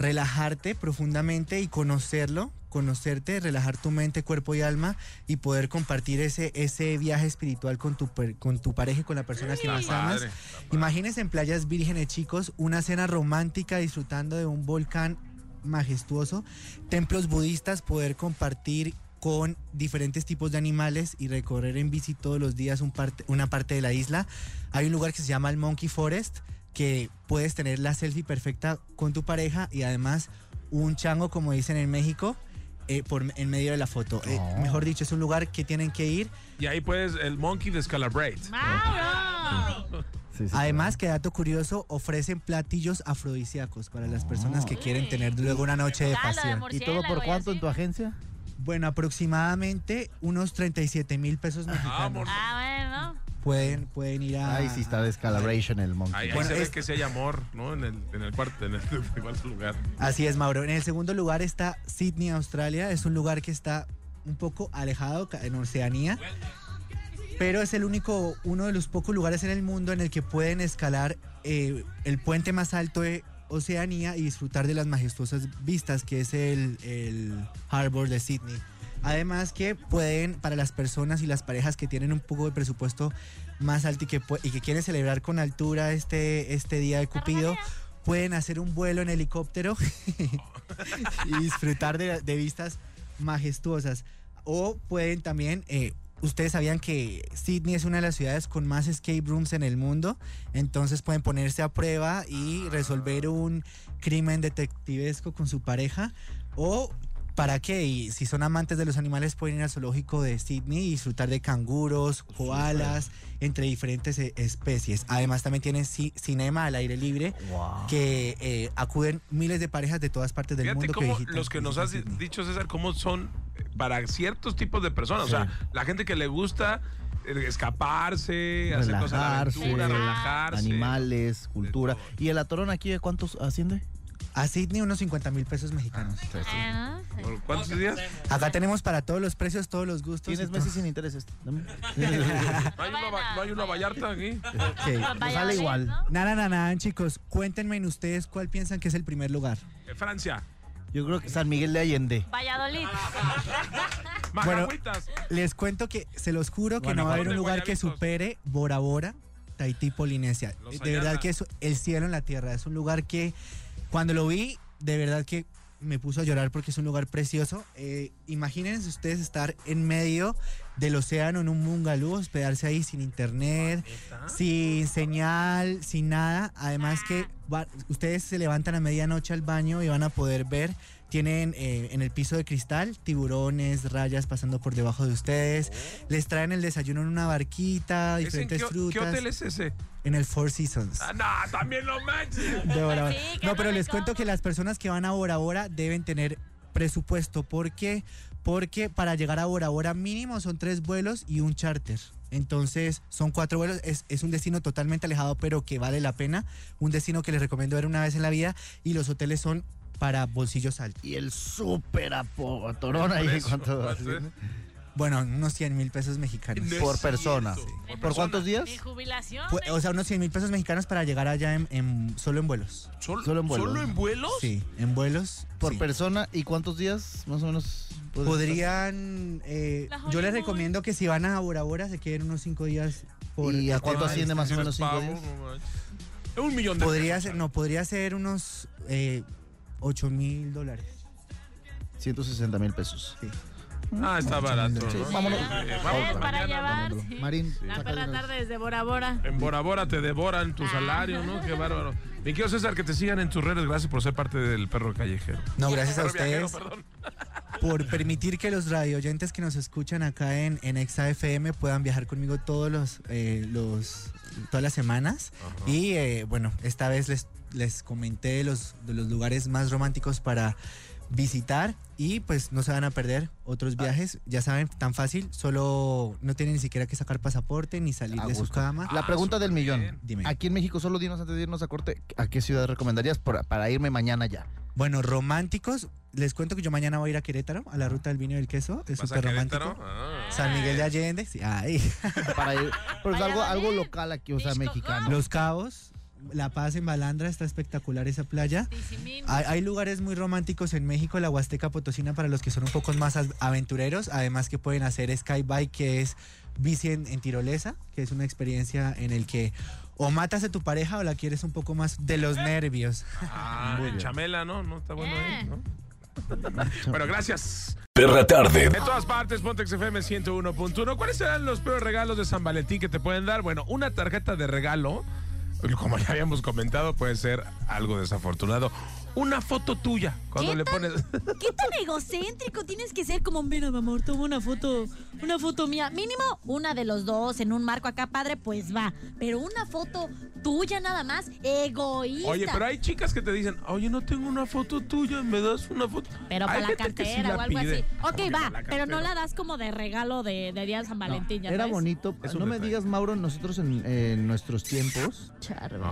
relajarte profundamente y conocerlo, conocerte, relajar tu mente, cuerpo y alma y poder compartir ese, ese viaje espiritual con tu, per- con tu pareja y con la persona que Está más padre, amas. está Imagínense en playas vírgenes, chicos, una cena romántica disfrutando de un volcán majestuoso, templos budistas, poder compartir con diferentes tipos de animales y recorrer en bici todos los días un parte- una parte de la isla. Hay un lugar que se llama el Monkey Forest, que puedes tener la selfie perfecta con tu pareja y además un chango, como dicen en México, eh, por, en medio de la foto. Eh, mejor dicho, es un lugar que tienen que ir Y ahí puedes el monkey descalabrate. Además, que dato curioso, ofrecen platillos afrodisíacos para las personas que quieren tener luego una noche Ah, de pasión. ¿Y todo por cuánto en tu agencia? Bueno, aproximadamente unos 37 mil pesos mexicanos. Ah, bueno. Pueden, pueden ir a... Ahí sí está descalabration el monkey. Ahí, ahí Bueno, se ve es- que sí hay amor, ¿no? En el, en el cuarto, en el, cuarto lugar. Así es, Mauro. En el segundo lugar está Sydney, Australia. Es un lugar que está un poco alejado ca- en Oceanía. Pero es el único, uno de los pocos lugares en el mundo en el que pueden escalar eh, el puente más alto de Oceanía y disfrutar de las majestuosas vistas que es el, el Harbor de Sydney. Además que pueden, para las personas y las parejas que tienen un poco de presupuesto más alto y que, pue- y que quieren celebrar con altura este, este día de Cupido, pueden hacer un vuelo en helicóptero y disfrutar de, de vistas majestuosas. O pueden también, eh, ustedes sabían que Sydney es una de las ciudades con más escape rooms en el mundo, entonces pueden ponerse a prueba y resolver un crimen detectivesco con su pareja. O para qué, y si son amantes de los animales pueden ir al zoológico de Sydney y disfrutar de canguros, koalas, entre diferentes eh, especies. Además también tienen ci- cinema al aire libre que eh, acuden miles de parejas de todas partes del Fíjate mundo cómo visitan- los que nos visitan has di- Sydney. dicho, César, cómo son eh, para ciertos tipos de personas. O sea, la gente que le gusta eh, escaparse, hacer cosas de Relajarse, aventura, relajarse. animales, cultura. ¿Y el atorón aquí de cuántos asciende? A Sydney unos 50 mil pesos mexicanos. Ah, Pues ¿Por ¿Cuántos días? Acá tenemos para todos los precios, todos los gustos. Tienes meses sin intereses. Dame. ¿No hay, una, va- no hay una Vallarta aquí? Nos sale igual. Nada, nada, nada, chicos. Cuéntenme en ustedes cuál piensan que es el primer lugar. Eh, Francia. Yo creo que San Miguel de Allende. Valladolid. Majagüitas. Les cuento que se los juro que no va a haber un lugar que supere Bora Bora, Tahití, Polinesia. Los de Ayala. verdad que es el cielo en la tierra. Es un lugar que cuando lo vi, de verdad que me puso a llorar porque es un lugar precioso. Eh, imagínense ustedes estar en medio del océano en un bungalú, hospedarse ahí sin internet, sin señal, sin nada. Además que va- ustedes se levantan a medianoche al baño y van a poder ver. Tienen eh, en el piso de cristal tiburones, rayas pasando por debajo de ustedes. Les traen el desayuno en una barquita, ¿Es en diferentes qué, frutas. qué hotel es ese? En el Four Seasons. Ah, no, también lo manches. de Bora Bora. Pues sí, que no, no pero me les cuento que las personas que van a Bora Bora deben tener presupuesto. ¿Por qué? Porque para llegar a Bora Bora mínimo son tres vuelos y un charter. Entonces son cuatro vuelos. Es, es un destino totalmente alejado, pero que vale la pena. Un destino que les recomiendo ver una vez en la vida. Y los hoteles son para bolsillos altos. Y el súper apo- atorón ahí. Por eso, ¿cuánto ¿cuánto asciende? Bueno, unos 100 mil pesos mexicanos. No es Por cierto. persona. Sí. ¿Por cuántos días? Mi jubilación. Pu- O sea, unos 100 mil pesos mexicanos para llegar allá en, en- solo en vuelos. ¿Solo, Solo en vuelos. ¿Solo en vuelos? Sí, en vuelos. Por sí. persona. ¿Y cuántos días más o menos? puedes Podrían. eh, La yo les honeymoon. recomiendo que si van a Bora Bora se queden unos cinco días. Por ¿Y a el cuánto tema de asciende más o distancia. menos Pavo, cinco días? no manches. Un millón de Podría pesos. ser, no, podría ser unos eh, 8 mil dólares. 160 mil pesos. Ah, está barato. Sí, ¿no? vámonos. Eh, Tres vamos para mañana, llevar. vámonos. sí. Marín, La sácale perra las- tarde desde Bora Bora. En Bora Bora te devoran tu salario, ¿no? Qué bárbaro. Mi querido César, que te sigan en tus redes. Gracias por ser parte del perro callejero. No, gracias a Perro viajero, ustedes. perdón. por permitir que los radioyentes que nos escuchan acá en, en Exa FM puedan viajar conmigo todos los, eh, los todas las semanas. Y eh, bueno, esta vez les, les comenté los, de los lugares más románticos para visitar y pues no se van a perder otros Ah. viajes. Ya saben, tan fácil, solo no tienen ni siquiera que sacar pasaporte ni salir A de su gusto. cama. Ah. La pregunta del millón. Dime. Aquí en México, solo dinos antes de irnos a corte, ¿a qué ciudad recomendarías por- para irme mañana ya? Bueno, románticos, les cuento que yo mañana voy a ir a Querétaro, a la ruta del vino y el queso. Es Ah. ¿Vas a súper romántico. Querétaro? Ah. San Miguel de Allende, sí, ahí. Para ir, pues algo, algo local aquí, o sea, mexicano. Los Cabos, La Paz en Balandra, está espectacular esa playa. Hay, hay lugares muy románticos en México, la Huasteca Potosina para los que son un poco más as- aventureros, además que pueden hacer skybike, que es bici en, en tirolesa, que es una experiencia en el que o matas a tu pareja o la quieres un poco más de los nervios. Ah, en Chamela, ¿no? No está bueno Ah, Eh. ahí, ¿eh? ¿no? bueno, gracias. Perra tarde. En todas partes, Pontex FM 101.1. ¿Cuáles serán los peores regalos de San Valentín que te pueden dar? Bueno, una tarjeta de regalo, como ya habíamos comentado, puede ser algo desafortunado. Una foto tuya, cuando ¿Qué le tan- pones... ¿Qué tan egocéntrico tienes que ser? Como, mira, mi amor, toma una foto, una foto mía. Mínimo una de los dos en un marco acá, padre, pues va. Pero una foto tuya nada más, egoísta. Oye, pero hay chicas que te dicen, oye, no tengo una foto tuya, me das una foto. Pero Hay para la gente que sí cartera la o algo pide. así. ¿Cómo que Ok, va, para la pero no cartera? la das como de regalo de, de Día de San Valentín, ya Era sabes. bonito. Es un No me detalle. digas, Mauro, nosotros en, en nuestros tiempos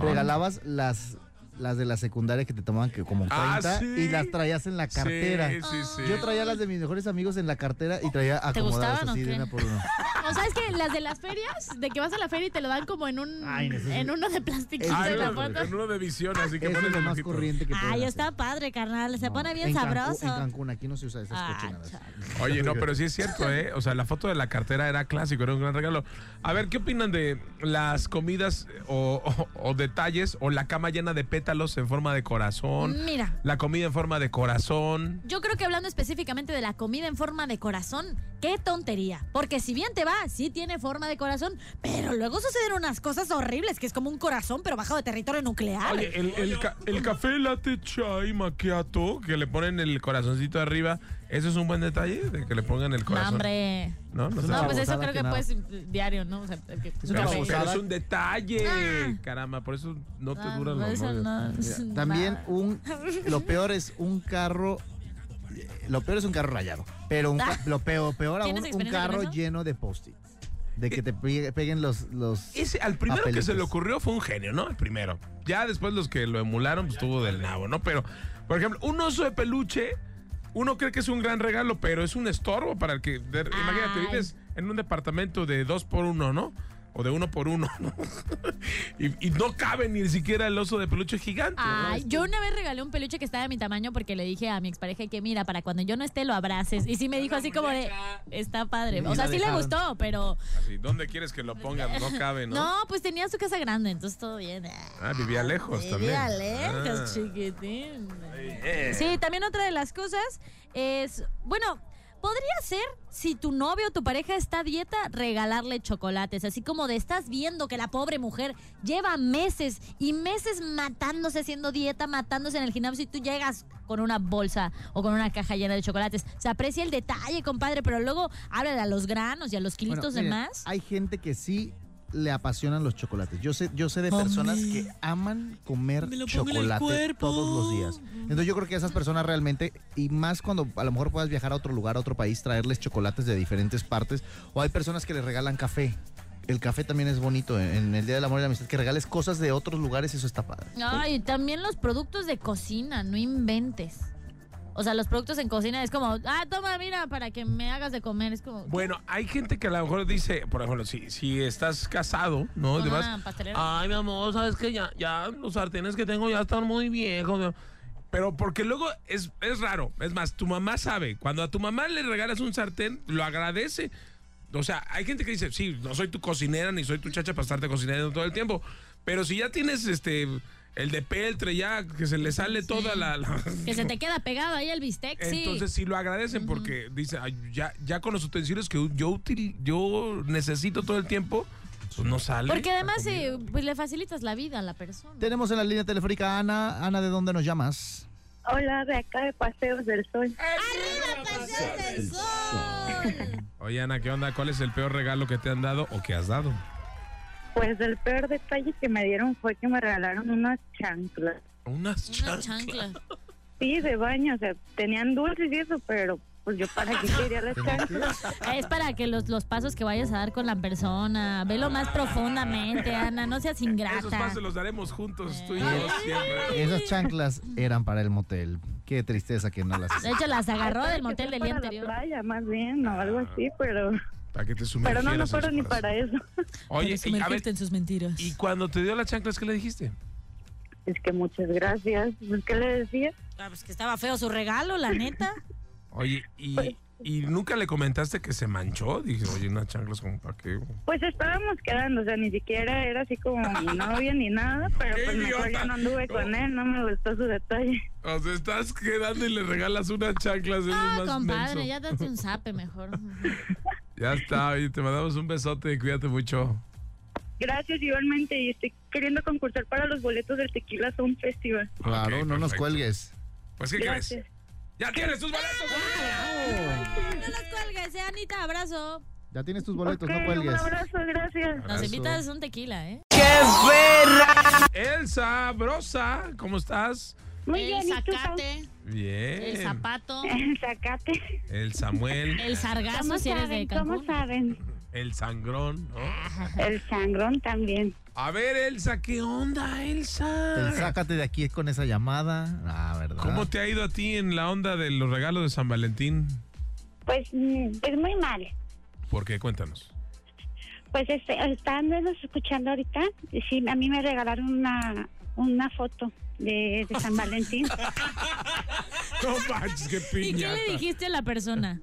regalabas las, las de la secundaria que te tomaban que como 30 Ah, sí. y las traías en la cartera. Sí, sí, sí. Yo traía las de mis mejores amigos en la cartera y traía ¿Te acomodadas gustaban o así de qué? una por una. O sea, es que las de las ferias, de que vas a la feria y te lo dan como en un Ay, necesito- en uno de plastiquito Ah, de en la uno- foto. en uno de visión, así que Eso pones es lo el más ojito. corriente que pueden Ay, hacer. está padre, carnal. Se No, pone bien en Cancún- sabroso. en Cancún, aquí no se usa esas Ah, cochinadas. chale. Oye, no, pero sí es cierto, ¿eh? O sea, la foto de la cartera era clásico, era un gran regalo. A ver, ¿qué opinan de las comidas eh, o, o- o detalles o la cama llena de pétalos en forma de corazón? Mira, La comida en forma de corazón. Yo creo que hablando específicamente de la comida en forma de corazón, qué tontería. Porque si bien te va, sí tiene forma de corazón, pero luego suceden unas cosas horribles, que es como un corazón, pero bajo de territorio nuclear. Oye, el, el ca- el café latte chai macchiato que le ponen el corazoncito arriba, ¿eso es un buen detalle? De que le pongan el no, corazón. hombre. No, no, Es está una No, mal. pues eso babosada creo que que nada. pues diario, ¿no? O sea, el que- una Pero, babosada. pero es un detalle, Ah. caramba, por eso no te Ah, duran por los eso novios. no, es Mira, También nada. un lo peor es un carro eh, lo peor es un carro rayado, pero un ca- Ah. lo peor, peor aún ¿Tienes un experiencia con carro eso? lleno de post-its. De que te pegue- peguen los los Ese, al primero que se Papelitos. le ocurrió fue un genio, ¿no? El primero. Ya después los que lo emularon, pues tuvo del nabo, ¿no? Pero, por ejemplo, un oso de peluche, uno cree que es un gran regalo, pero es un estorbo para el que. de- imagínate, Ay. vives en un departamento de dos por uno, ¿no? O de uno por uno, ¿no? y, y no cabe ni siquiera el oso de peluche gigante. ¿no? Ay, yo una vez regalé un peluche que estaba de mi tamaño porque le dije a mi expareja que mira, para cuando yo no esté lo abraces. Y sí me dijo así como de, está padre. O sea, sí le gustó, pero... Así, ¿dónde quieres que lo pongan? No cabe, ¿no? No, pues tenía su casa grande, entonces todo bien. Ah, vivía lejos también. Vivía lejos, Ah. chiquitín. Sí, también otra de las cosas es, bueno, podría ser si tu novio o tu pareja está a dieta, regalarle chocolates, así como de estás viendo que la pobre mujer lleva meses y meses matándose haciendo dieta, matándose en el gimnasio y tú llegas con una bolsa o con una caja llena de chocolates. Se aprecia el detalle, compadre, pero luego háblale a los granos y a los Bueno, kilitos de miren, más. Hay gente que sí le apasionan los chocolates. Yo sé, yo sé de personas que aman comer Me lo pongo en el chocolate cuerpo. todos los días. Entonces yo creo que esas personas realmente, y más cuando a lo mejor puedas viajar a otro lugar, a otro país, traerles chocolates de diferentes partes. O hay personas que les regalan café. El café también es bonito. En- En el Día del Amor y la Amistad, que regales cosas de otros lugares, eso está padre. Ay, también los productos de cocina, no inventes. O sea, los productos en cocina es como, ah, toma, mira, para que me hagas de comer. Es como. Bueno, hay gente que a lo mejor dice, por ejemplo, si, si estás casado, ¿no? Con Demás, una pastelera. Ay, mi amor, sabes que ya, ya los sartenes que tengo ya están muy viejos. mi amor". Pero porque luego es, es raro. Es más, tu mamá sabe. Cuando a tu mamá le regalas un sartén, lo agradece. O sea, hay gente que dice, sí, no soy tu cocinera ni soy tu chacha para estarte cocinando todo el tiempo. Pero si ya tienes este el de peltre, ya que se le sale toda la- la... que se te queda pegado ahí el bistec. Entonces sí. sí lo agradecen porque dice, "Ay, ya, ya con los utensilios que yo, util- yo necesito todo el tiempo, pues no sale. Porque la además comida. eh, pues, le facilitas la vida a la persona. Tenemos en la línea telefónica a Ana. Ana, ¿de dónde nos llamas? Hola, de acá de Paseos del Sol. ¡Arriba, Paseos del Sol! Oye, Ana, ¿qué onda? ¿Cuál es el peor regalo que te han dado o que has dado? Pues el peor detalle que me dieron fue que me regalaron unas chanclas. Unas chanclas. Sí, de baño, o sea, tenían dulces y eso, pero pues yo para qué quería las chanclas. Es para que los, los pasos que vayas a dar con la persona, velo más profundamente, Ana, no seas Esos ingrata. pasos los daremos juntos, tú y yo siempre. Esas chanclas eran para el motel. Qué tristeza que no las De hecho, las agarró Ay, del que motel fue del día para la anterior. playa, más bien, o algo así, pero, Para que te pero sumergieras. no, no en su fueron ni corazón. para eso. Oye, Para que y a ver, sumergirte en sus mentiras. ¿y cuando te dio las chanclas, qué le dijiste? Es que muchas gracias. Pues, ¿Qué le decía? Ah, pues que estaba feo su regalo, la neta. Oye, Pues y, y nunca le comentaste que se manchó. Dije, oye, unas chanclas como para qué. Pues estábamos quedando, o sea, ni siquiera era así como mi novia ni nada, pero ¡Qué pues mejor idiota! yo no anduve con él, no me gustó su detalle. O sea, estás quedando y le regalas unas chanclas. eso Ah, es más compadre, menso. ya date un zape mejor. Ya está, oye, te mandamos un besote y cuídate mucho. Gracias igualmente y estoy queriendo concursar para los boletos del Tequila Sound Festival. Claro, no nos cuelgues. Pues, ¿qué Gracias. Ah, crees? ¡Ya tienes tus boletos! Ah. No nos cuelgues, eh, Anita, abrazo. Ya tienes tus boletos, Ok, Pues no cuelgues. Un abrazo, gracias. Nos invitas un tequila, ¿eh? ¡Qué verra! Elsa, brosa, ¿cómo estás? Muy el bien, ¿y tú, zacate, Bien. el zapato, Sacate. El Samuel, el sargazo ¿Cómo si eres de saben? ¿Cómo Cancún. saben? el sangrón. ¿no? El sangrón también. A ver, Elsa, ¿qué onda, El Elsa? sácate de aquí con esa llamada. Ah, ¿verdad? ¿Cómo te ha ido a ti en la onda de los regalos de San Valentín? Pues, mm, pues muy mal. ¿Por qué? Cuéntanos. Pues este, estándonos escuchando ahorita, y sí, a mí me regalaron una, una foto de, de San Valentín. No manches, qué ¿Y qué le dijiste a la persona?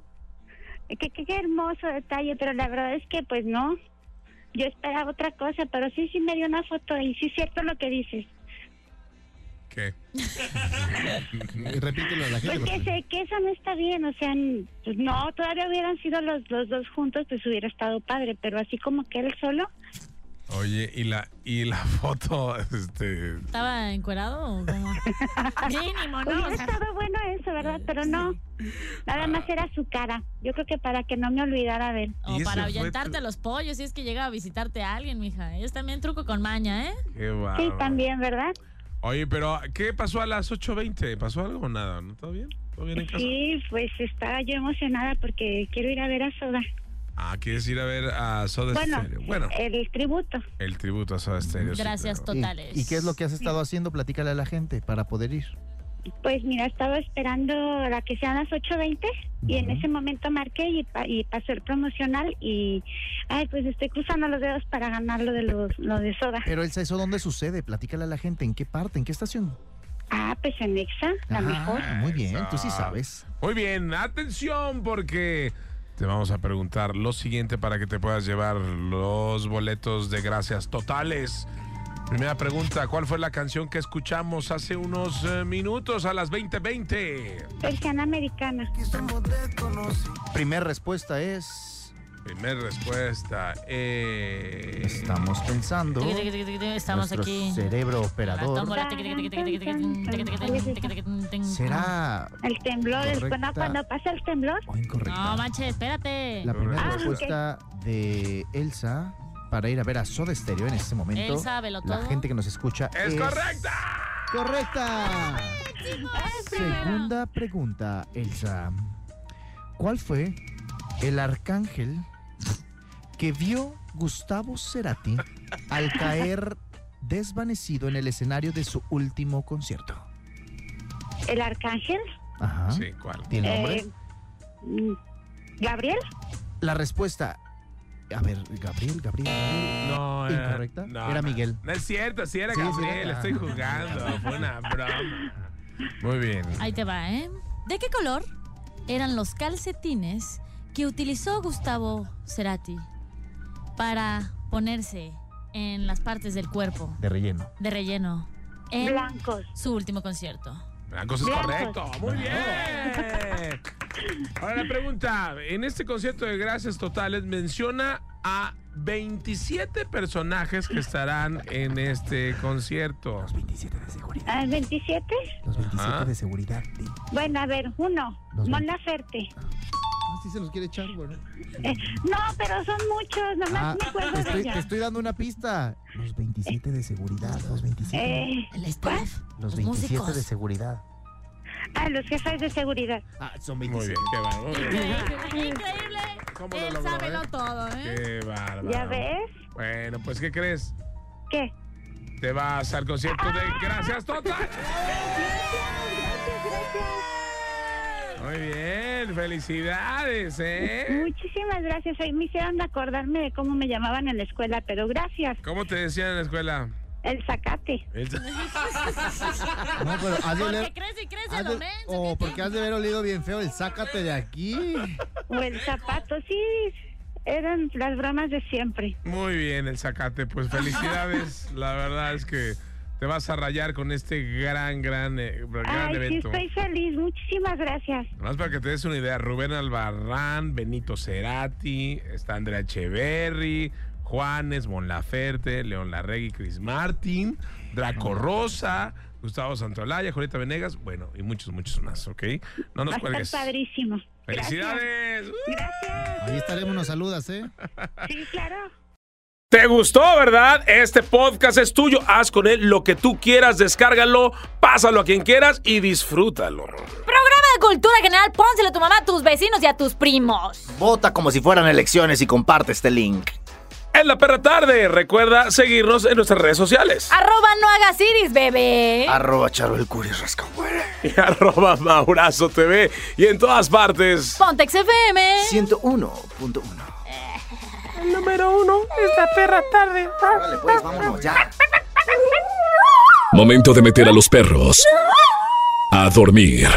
qué, qué, qué hermoso detalle, pero la verdad es que pues no. Yo esperaba otra cosa, pero sí, sí me dio una foto y sí es cierto lo que dices. ¿Qué? Y Repítelo a la gente. Pues que, porque- sé, que eso no está bien, o sea, n- pues no, todavía hubieran sido los, los dos juntos, pues hubiera estado padre, pero así como que él solo, Oye, y la, y la foto, este. ¿Estaba encuerado o cómo? Mínimo, ¿no? O hubiera sea, estado bueno eso, ¿verdad? Pero no, nada más era su cara. Yo creo que para que no me olvidara de él. Y o ese para fue ahuyentarte tu- a los pollos si es que llega a visitarte a alguien, mija. Es también truco con maña, ¿eh? Qué Sí, bárbaro. también, ¿verdad? Oye, pero ah, ¿qué pasó a las 8.20? ¿Pasó algo o nada? ¿No? ¿Todo bien? ¿Todo bien en casa? Sí, pues estaba yo emocionada porque quiero ir a ver a Soda. Ah, ¿quieres ir a ver a Soda Bueno, Stereo? Bueno, el tributo. el tributo a Soda Stereo. sí, Gracias, claro. totales. ¿Y, y qué es lo que has estado haciendo? Platícale a la gente para poder ir. Pues mira, estaba esperando la que sean las 8.20 y en Ujú. ese momento marqué y, pa- y pasó el promocional y, ay, pues estoy cruzando los dedos para ganar lo de, los, lo de Soda. Pero Elsa, ¿eso dónde sucede? Platícale a la gente. ¿En qué parte? ¿En qué estación? Ah, pues en Exa, la Ah, mejor. Muy bien, tú sí Elsa. sabes. Muy bien, atención porque te vamos a preguntar lo siguiente para que te puedas llevar los boletos de gracias totales. Primera pregunta, ¿cuál fue la canción que escuchamos hace unos eh, minutos a las 20:20? Persiana americana. Primer respuesta es. Primera respuesta. eh, Estamos pensando. Tiqui, tiqui, tiqui, tiqui, Estamos nuestro aquí. cerebro La operador. tómbola, tiqui, tiqui, tiqui, tiqui, tiqui, tiqui, tiqui, tiqui, tiqui, tiqui, tiqui. ¿Será El temblor, el- Correcta. cuando, cuando pasa el temblor, o incorrecta? No, manches, espérate. La primera Ah, respuesta de Elsa para ir a ver a Soda Stereo en este momento. Elsa, velo La todo. gente que nos escucha ¡Es correcta! correcta. Segunda pregunta, Elsa. ¿Cuál fue el arcángel que vio Gustavo Cerati al caer desvanecido en el escenario de su último concierto? el arcángel, Ajá. Sí, ¿cuál? ¿Tiene nombre? eh, mm, Gabriel, La respuesta. A ver, Gabriel, Gabriel. Gabriel. No, era- ¿Incorrecta? no, Era no. Miguel. No es cierto, sí era Sí, sí Gabriel, era. estoy jugando, fue una broma. Muy bien. Ahí te va, ¿eh? ¿De qué color eran los calcetines que utilizó Gustavo Cerati para ponerse en las partes del cuerpo De relleno. de relleno en blancos. su último concierto? La cosa es Bravo. correcto. Muy bien. Ahora la pregunta, en este concierto de Gracias Totales menciona a 27 personajes que estarán en este concierto. Los 27 de seguridad. ¿Al 27? Los 27 de seguridad. ah, Bueno, a ver, uno. Los Mona Ferte. Así Ah, se nos quiere echar, bueno. Eh, no, pero son muchos, nomás Ah, pues, me acuerdo te, de estoy, ella. te estoy dando una pista. Los 27 de seguridad, los 27. Eh, los los 27 de músicos. seguridad. a Ah, los jefes de seguridad. Ah, son Muy 27. bien, qué bárbaro. muy bien. Increíble. ¿Cómo lo Él logró, sábelo eh? todo, ¿eh? Qué bárbaro. ¿Ya ves? Bueno, pues, ¿qué crees? ¿Qué? Ah. Te vas al concierto de Gracias Total. Muy bien, felicidades, ¿eh? Muchísimas gracias. Hoy me hicieron acordarme de cómo me llamaban en la escuela, pero gracias. ¿Cómo te decían en la escuela? El sacate. No, pero has de oler- Porque crece y crece has lo de- menso. o Ah, Oh, porque has de haber olido bien feo el sácate de aquí. O el zapato, sí. Eran las bromas de siempre. Muy bien, el Zacate. Pues felicidades. La verdad es que te vas a rayar con este gran, gran, eh, gran Ay, sí, evento. estoy feliz. Muchísimas gracias. Más para que te des una idea, Rubén Albarrán, Benito Cerati, está Andrea Echeverry, Juanes, Mon Laferte, León Larregui, Chris Martin, Draco Rosa, Gustavo Santolaya, Julieta Venegas, bueno, y muchos, muchos más, ¿ok? No Va nos a estar cuelgues. padrísimo. ¡Felicidades! ¡Uh! Ahí estaremos, nos saludas, ¿eh? Sí, claro. ¿Te gustó, verdad? Este podcast es tuyo. Haz con él lo que tú quieras, descárgalo, pásalo a quien quieras y disfrútalo. Programa de cultura general, pónselo a tu mamá, a tus vecinos y a tus primos. Vota como si fueran elecciones y comparte este link. En la perra tarde, recuerda seguirnos en nuestras redes sociales. Arroba no hagas iris, ¿Eh? Ah. bebé. Arroba Charo el Curis Rascahuera. Y arroba Maurazo TV y en todas partes. Pontex ¿Eh? FM. 101.1. El número uno es la perra tarde. Vale, pues vámonos ya. Momento de meter a los perros a dormir.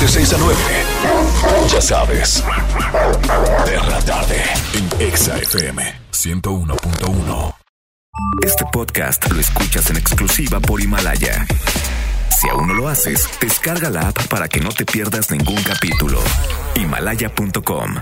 De 6 a 9. Ya sabes. Perra tarde. En Exa FM 101.1. Este podcast lo escuchas en exclusiva por Himalaya. Si aún no lo haces, descarga la app para que no te pierdas ningún capítulo. Himalaya.com